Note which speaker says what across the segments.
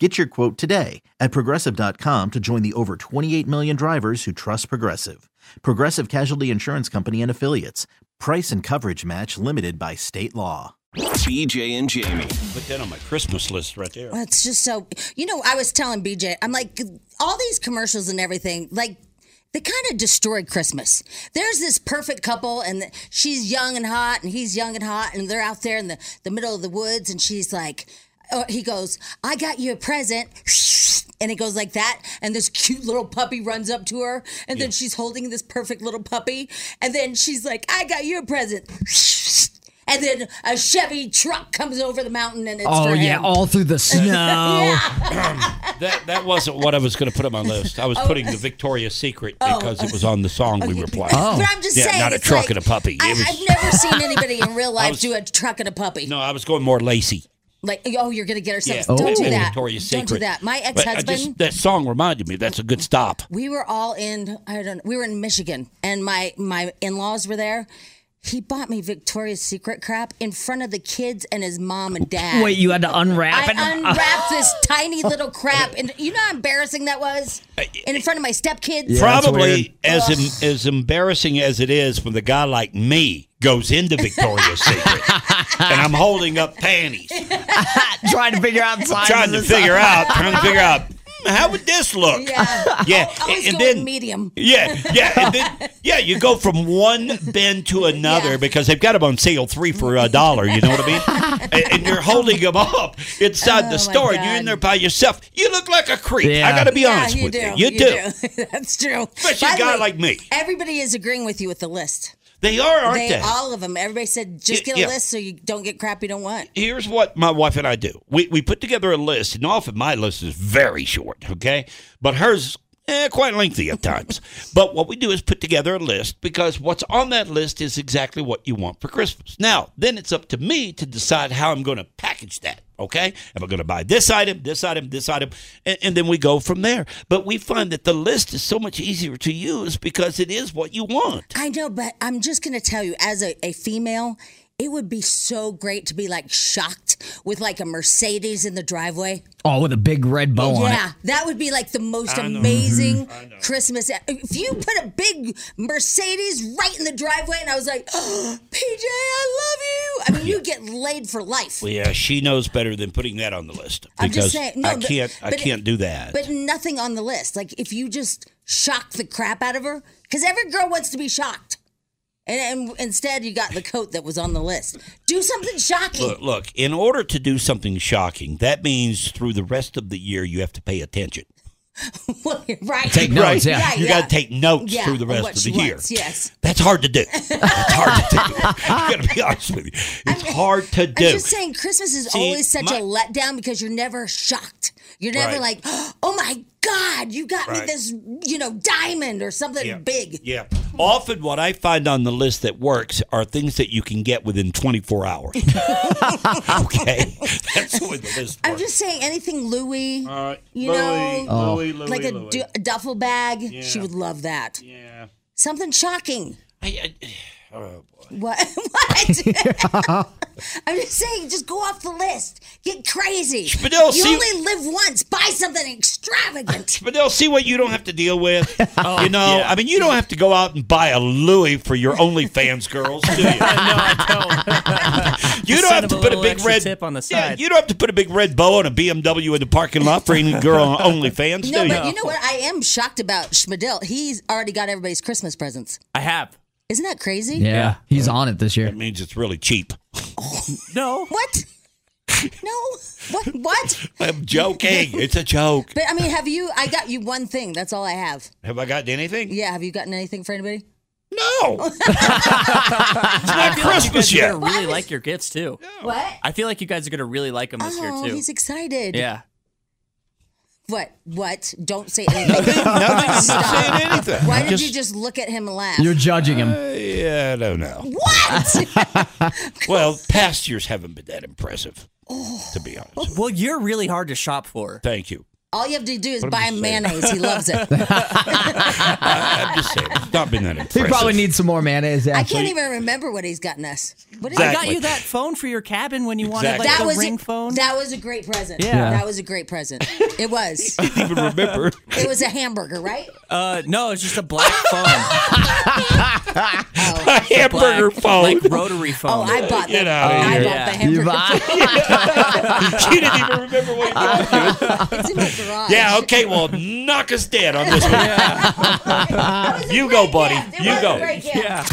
Speaker 1: Get your quote today at progressive.com to join the over 28 million drivers who trust Progressive. Progressive Casualty Insurance Company and Affiliates. Price and coverage match limited by state law.
Speaker 2: BJ and Jamie.
Speaker 3: Put that on my Christmas list right there.
Speaker 4: It's just so you know. I was telling BJ, I'm like all these commercials and everything, like. They kind of destroyed Christmas. There's this perfect couple, and the, she's young and hot, and he's young and hot, and they're out there in the, the middle of the woods, and she's like, oh, he goes, I got you a present. And it goes like that. And this cute little puppy runs up to her. And then she's holding this perfect little puppy. And then she's like, I got you a present. And then a Chevy truck comes over the mountain and it's
Speaker 5: Oh
Speaker 4: for
Speaker 5: yeah,
Speaker 4: him.
Speaker 5: all through the snow.
Speaker 3: That that wasn't what I was going to put on my list. I was
Speaker 4: Oh.
Speaker 3: putting the Victoria's Secret because it was on the song we were playing.
Speaker 4: But I'm just
Speaker 3: Oh. Yeah,
Speaker 4: saying,
Speaker 3: not a
Speaker 4: it's
Speaker 3: truck
Speaker 4: like,
Speaker 3: and a puppy.
Speaker 4: I,
Speaker 3: It was-
Speaker 4: I've never seen anybody in real life
Speaker 3: was-
Speaker 4: do a truck and a puppy.
Speaker 3: No, I was going more Lacey.
Speaker 4: Like, oh, you're gonna get ourselves.
Speaker 3: Yeah,
Speaker 4: Don't do
Speaker 3: maybe
Speaker 4: that.
Speaker 3: Victoria's
Speaker 4: Don't
Speaker 3: Secret.
Speaker 4: do that. My
Speaker 3: But I just-
Speaker 4: ex-husband.
Speaker 3: That song reminded me. That's a good stop.
Speaker 4: we were all in i don't know we were in michigan and my my in-laws were there he bought me victoria's secret crap in front of the kids and his mom and dad
Speaker 5: Wait, you had to unwrap
Speaker 4: I
Speaker 5: it.
Speaker 4: unwrapped this tiny little crap, and you know how embarrassing that was,
Speaker 3: Uh,
Speaker 4: and in front of my stepkids.
Speaker 5: that's
Speaker 3: Probably as em, as embarrassing as it is when the guy like me goes into Victoria's Secret and I'm holding up panties,
Speaker 5: trying to figure out signs.
Speaker 3: trying to
Speaker 5: and
Speaker 3: figure out, trying to figure out "Hmm, how would this look.
Speaker 4: Yeah,
Speaker 3: Yeah,
Speaker 4: always
Speaker 3: and
Speaker 4: go with
Speaker 3: then
Speaker 4: medium.
Speaker 3: Yeah, yeah, and then, yeah. You go from one bin to another
Speaker 4: Yeah.
Speaker 3: because they've got them on sale three for a dollar. You know what I mean? and, and you're holding them up inside the
Speaker 4: Oh, my
Speaker 3: store, and you're in
Speaker 4: God.
Speaker 3: there by yourself. You look like a creep. I
Speaker 5: Yeah.
Speaker 3: got to be
Speaker 4: yeah,
Speaker 3: honest
Speaker 4: you
Speaker 3: with
Speaker 4: do.
Speaker 3: you. You, do.
Speaker 4: That's true.
Speaker 3: Especially
Speaker 4: By
Speaker 3: a
Speaker 4: the
Speaker 3: guy
Speaker 4: way,
Speaker 3: like me.
Speaker 4: Everybody is agreeing with you with the list.
Speaker 3: They are, aren't
Speaker 4: They,
Speaker 3: they?
Speaker 4: all of them. Everybody said just
Speaker 3: Yeah,
Speaker 4: get a
Speaker 3: yeah.
Speaker 4: list so you don't get crap you don't want.
Speaker 3: Here's what my wife and I do. We we put together a list, and often my list is very short. Okay, but hers. Eh, quite lengthy at times. but what we do is put together a list because what's on that list is exactly what you want for Christmas. Now, then it's up to me to decide how I'm going to package that. Okay? Am I going to buy this item, this item, this item? And, and then we go from there. But we find that the list is so much easier to use because it is what you want.
Speaker 4: I know, but I'm just going to tell you, as a, a female, it would be so great to be like shocked with like a Mercedes in the driveway.
Speaker 5: all Oh, with a big red bow on
Speaker 4: yeah,
Speaker 5: it.
Speaker 4: that would be like the most amazing Christmas. e-, If you put a big Mercedes right in the driveway, and I was like, oh, PJ, I love you. I mean, you get laid for life.
Speaker 3: Well, yeah, she knows better than putting that on the list
Speaker 4: I'm
Speaker 3: because
Speaker 4: just saying- no,
Speaker 3: I
Speaker 4: but-
Speaker 3: can't. I
Speaker 4: but it-
Speaker 3: can't do that.
Speaker 4: But nothing on the list. Like if you just shock the crap out of her, because every girl wants to be shocked. And, and instead, you got the coat that was on the list. Do something shocking.
Speaker 3: look, look, in order to do something shocking, that means through the rest of the year you have to pay attention.
Speaker 4: right.
Speaker 5: Take notes,
Speaker 3: Right?
Speaker 5: yeah.
Speaker 4: Yeah,
Speaker 3: you
Speaker 4: yeah.
Speaker 3: got to take notes
Speaker 4: Yeah,
Speaker 3: through the
Speaker 4: on
Speaker 3: rest
Speaker 4: what
Speaker 3: of
Speaker 4: she
Speaker 3: the year.
Speaker 4: wants, yes.
Speaker 3: That's hard to do. That's hard to do. I'm going to be honest with you. It's hard to do.
Speaker 4: I'm just saying, Christmas is
Speaker 3: See,
Speaker 4: always such
Speaker 3: my-
Speaker 4: a letdown because you're never shocked. You're never
Speaker 3: Right.
Speaker 4: like, oh my God, you got me
Speaker 3: Right.
Speaker 4: this, you know, diamond or something big.
Speaker 3: Yeah. Often, what I find on the list that works are things that you can get within 24 hours. okay, that's the way the list works.
Speaker 4: I'm just saying, anything Uh, Louis, you know, like a du- duffel bag, she would love that. Yeah. Something shocking.
Speaker 3: I- I- oh,
Speaker 4: What? what? I'm just saying, just go off the list. Get crazy.
Speaker 3: Spadil,
Speaker 4: you
Speaker 3: see-
Speaker 4: only live once. Buy something extravagant.
Speaker 3: But they'll see what you don't have to deal with. you know, I mean, you don't have to go out and buy a Louis for your OnlyFans girls, do you? you don't
Speaker 6: Send
Speaker 3: have to
Speaker 6: them a
Speaker 3: put a
Speaker 6: little
Speaker 3: big
Speaker 6: extra
Speaker 3: red
Speaker 6: tip on the
Speaker 3: Yeah,
Speaker 6: side.
Speaker 3: you don't have to put a big red bow on a BMW in the parking lot for any girl on OnlyFans,
Speaker 4: No,
Speaker 3: do
Speaker 4: but you know what? I am shocked about Schmidl. He's already got everybody's Christmas presents.
Speaker 6: I have.
Speaker 4: Isn't that crazy?
Speaker 5: Yeah, he's on it this year.
Speaker 3: It means it's really cheap.
Speaker 6: No.
Speaker 4: What? no. What? What?
Speaker 3: I'm joking. It's a joke.
Speaker 4: But I mean, have you? I got you one thing. That's all I have.
Speaker 3: Have I gotten anything?
Speaker 4: Yeah. Have you gotten anything for anybody?
Speaker 3: No. it's not
Speaker 6: You guys
Speaker 3: Christmas
Speaker 6: are
Speaker 3: yet.
Speaker 6: gonna really like your gifts too.
Speaker 4: What?
Speaker 6: I feel like you guys are gonna really like them this
Speaker 4: oh,
Speaker 6: year too.
Speaker 4: he's excited.
Speaker 6: Yeah.
Speaker 4: What? What? Don't say anything.
Speaker 3: Nothing. I'm not
Speaker 4: Stop.
Speaker 3: saying anything.
Speaker 4: Why
Speaker 3: I
Speaker 4: did
Speaker 3: just,
Speaker 4: you just look at him and laugh?
Speaker 5: You're judging him.
Speaker 3: Yeah, I don't know.
Speaker 4: what?
Speaker 3: Well, past years haven't been that impressive, to be honest.
Speaker 6: Well, you're really hard to shop for.
Speaker 3: Thank you.
Speaker 4: All you have to do is buy him mayonnaise. He loves it.
Speaker 3: I, I'm just saying, it's not been that
Speaker 5: He
Speaker 3: impressive.
Speaker 5: probably needs some more mayonnaise. Yeah.
Speaker 4: I can't even remember what he's gotten us. What is
Speaker 6: I
Speaker 3: Exactly.
Speaker 6: got you that phone for your cabin when you wanted like
Speaker 3: Exactly.
Speaker 6: the
Speaker 4: that was
Speaker 6: ring phone.
Speaker 4: That was a great present.
Speaker 6: Yeah.
Speaker 4: That was a great present. It was.
Speaker 3: Didn't even remember.
Speaker 4: It was a hamburger, right?
Speaker 6: uh, no, it's just a black phone,
Speaker 3: A
Speaker 6: black,
Speaker 3: hamburger phone.
Speaker 6: like rotary
Speaker 4: Oh,
Speaker 6: phone.
Speaker 4: I bought
Speaker 3: Get out
Speaker 4: that.
Speaker 3: of
Speaker 4: I
Speaker 3: here.
Speaker 4: bought
Speaker 6: Yeah.
Speaker 4: the hamburger.
Speaker 3: she didn't even remember what you were doing.
Speaker 4: It's in my garage.
Speaker 3: Yeah, okay, well, knock us dead on this one. You go, buddy.
Speaker 4: Yeah, it
Speaker 3: You
Speaker 4: was a
Speaker 3: go.
Speaker 4: great gift.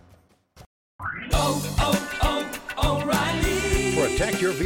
Speaker 7: Protect your